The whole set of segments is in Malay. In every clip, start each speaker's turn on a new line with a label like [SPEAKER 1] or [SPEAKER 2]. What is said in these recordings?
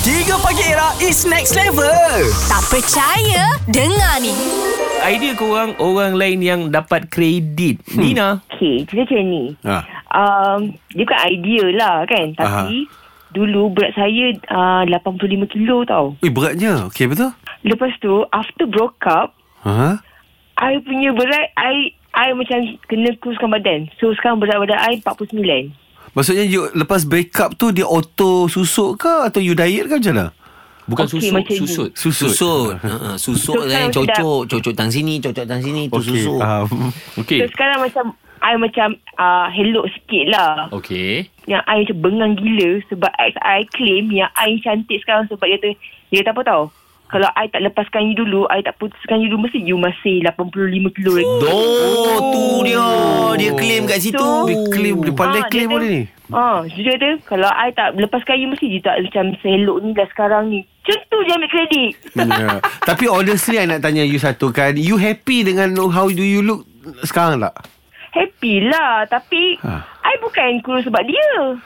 [SPEAKER 1] 3 Pagi Era is next level.
[SPEAKER 2] Tak percaya? Dengar ni.
[SPEAKER 3] Idea korang Orang lain yang dapat kredit hmm. Nina
[SPEAKER 4] Okay, cerita Eh, macam ni.
[SPEAKER 5] Ha.
[SPEAKER 4] Um, dia bukan idea lah kan. Tapi, dulu berat saya uh, 85 kilo tau.
[SPEAKER 5] Eh beratnya Okay betul
[SPEAKER 4] Lepas tu, after broke up,
[SPEAKER 5] Ha?
[SPEAKER 4] I punya berat, I I macam kena kuruskan badan. So, sekarang berat badan I 49.
[SPEAKER 5] Maksudnya you, lepas break up tu dia auto susuk ke atau you diet ke macam mana?
[SPEAKER 6] Bukan
[SPEAKER 4] Okey,
[SPEAKER 6] susuk,
[SPEAKER 4] macam ni.
[SPEAKER 6] susut.
[SPEAKER 5] Susut.
[SPEAKER 6] Susut. Ha, ha, susut
[SPEAKER 4] Susut
[SPEAKER 6] lah yang
[SPEAKER 4] sedap.
[SPEAKER 6] cocok, cocok tang sini, cocok tang sini, tu okay.
[SPEAKER 5] Okey, Ah.
[SPEAKER 6] susut.
[SPEAKER 5] faham.
[SPEAKER 4] So,
[SPEAKER 6] Okey.
[SPEAKER 3] Eh.
[SPEAKER 4] sekarang macam, I macam uh, hello sikit lah.
[SPEAKER 6] Okey.
[SPEAKER 3] Eh,
[SPEAKER 4] Yang I macam bengang gila sebab ex I claim yang I cantik sekarang sebab dia kata, dia kata apa tau? Kalau I tak lepaskan you dulu, I tak putuskan you dulu, mesti you masih 85 kilo lagi.
[SPEAKER 6] Oh, tu dia. Dia claim kat situ.
[SPEAKER 4] Tu.
[SPEAKER 5] Dia claim Dia
[SPEAKER 4] Ah,
[SPEAKER 5] pandai
[SPEAKER 4] dia
[SPEAKER 5] claim
[SPEAKER 4] tu-
[SPEAKER 5] boleh ni
[SPEAKER 4] Ah, so dia kata, kalau I tak lepaskan you, mesti you tak macam selok ni dah sekarang ni. Macam tu je ambil kredit.
[SPEAKER 5] Ya. Tapi honestly I nak tanya you satu kan You happy dengan How do you look Sekarang tak
[SPEAKER 4] Happy lah, tapi
[SPEAKER 6] Ha.
[SPEAKER 5] Ah.
[SPEAKER 4] I bukan kurus sebab dia.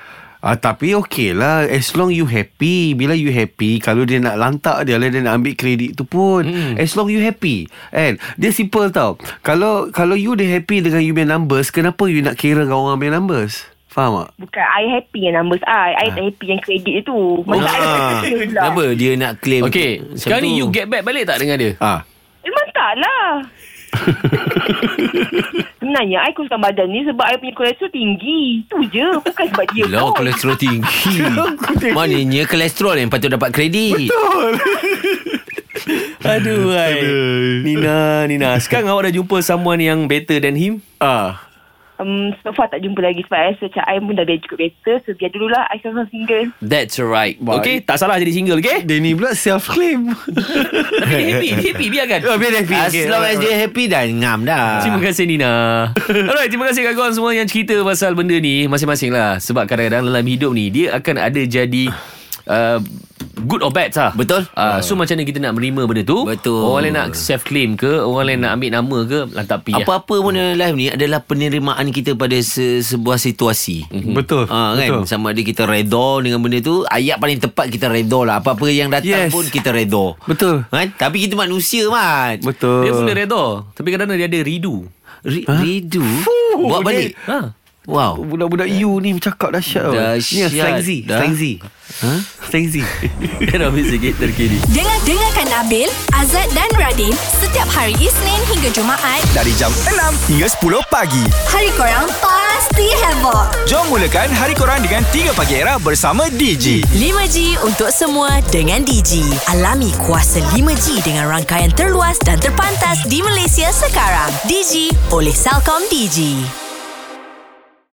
[SPEAKER 5] Ah, tapi okey lah As long you happy Bila you happy Kalau dia nak lantak dia lah Dia nak ambil kredit tu pun mm. As long you happy And Dia simple tau Kalau Kalau you dia happy Dengan you punya numbers Kenapa you nak kira Dengan orang punya numbers Faham tak?
[SPEAKER 4] Bukan I happy yang numbers I. I tak happy yang kredit dia tu. Masa I
[SPEAKER 6] Ha. Ah.
[SPEAKER 4] lepaskan you lah.
[SPEAKER 6] Kenapa dia nak claim
[SPEAKER 3] Okay
[SPEAKER 6] macam
[SPEAKER 3] Sekarang ni
[SPEAKER 6] tu?
[SPEAKER 3] you get back balik tak dengan dia
[SPEAKER 5] Ah.
[SPEAKER 4] Memang tak lah. Sebenarnya, I kuruskan badan ni sebab I punya kolesterol tinggi. Tu je. Bukan sebab dia
[SPEAKER 6] Lah kolesterol tinggi Maknanya kolesterol yang patut dapat kredit Betul Aduh hai.
[SPEAKER 3] Nina Nina Sekarang awak dah jumpa Someone yang better than him
[SPEAKER 5] Ah.
[SPEAKER 4] Um, so far tak jumpa lagi sebab I rasa macam I pun dah biar cukup better. So, biar dululah I sekarang single.
[SPEAKER 6] That's right
[SPEAKER 3] Okay tak salah jadi single okay
[SPEAKER 5] Dia ni pula self-claim
[SPEAKER 3] Tapi dia happy Oh, Dia happy biarkan
[SPEAKER 5] Ah, Biar dia happy
[SPEAKER 6] As
[SPEAKER 5] okay.
[SPEAKER 6] long as dia happy dah ngam dah
[SPEAKER 3] Terima kasih Nina Alright terima kasih kat korang semua Yang cerita pasal benda ni Masing-masing lah Sebab kadang-kadang dalam hidup ni Dia akan ada jadi uh, Good or bad lah
[SPEAKER 6] Betul.
[SPEAKER 3] uh, So macam mana kita nak menerima benda tu
[SPEAKER 6] Betul.
[SPEAKER 3] Orang lain nak self-claim ke Orang lain nak ambil nama ke Lantak
[SPEAKER 5] Ya.
[SPEAKER 3] pi lah.
[SPEAKER 6] Apa-apa pun dalam life ni adalah penerimaan kita pada se- sebuah situasi.
[SPEAKER 5] Mhm. Betul,
[SPEAKER 6] Ha, kan?
[SPEAKER 5] betul.
[SPEAKER 6] Sama ada kita redha dengan benda tu, ayat paling tepat kita redha lah. Apa-apa yang datang
[SPEAKER 5] Yes.
[SPEAKER 6] pun kita redha.
[SPEAKER 5] Betul.
[SPEAKER 6] Kan? Tapi kita manusia, Mat.
[SPEAKER 5] Betul
[SPEAKER 3] Dia mula redha Tapi kadang-kadang dia ada ridu
[SPEAKER 6] Re- Redo? Buat
[SPEAKER 5] dia-
[SPEAKER 6] balik?
[SPEAKER 3] ha.
[SPEAKER 6] Wow.
[SPEAKER 5] Budak-budak you ni Bercakap dahsyat tau. Ni
[SPEAKER 6] Dahsyat.
[SPEAKER 5] yang Slangzy
[SPEAKER 6] Dah.
[SPEAKER 5] Slangzy Ha? Slangzy
[SPEAKER 3] Era muzik terkini
[SPEAKER 2] Dengar dengarkan Abil, Azad dan Radin setiap hari Isnin hingga Jumaat
[SPEAKER 1] Dari jam 6 hingga 10 pagi.
[SPEAKER 2] hari korang pasti heboh.
[SPEAKER 1] Jom mulakan hari korang dengan 3 Pagi Era bersama DG.
[SPEAKER 7] 5G untuk semua dengan Digi. Alami kuasa 5G dengan rangkaian terluas dan terpantas di Malaysia sekarang. Digi oleh Salcom Digi.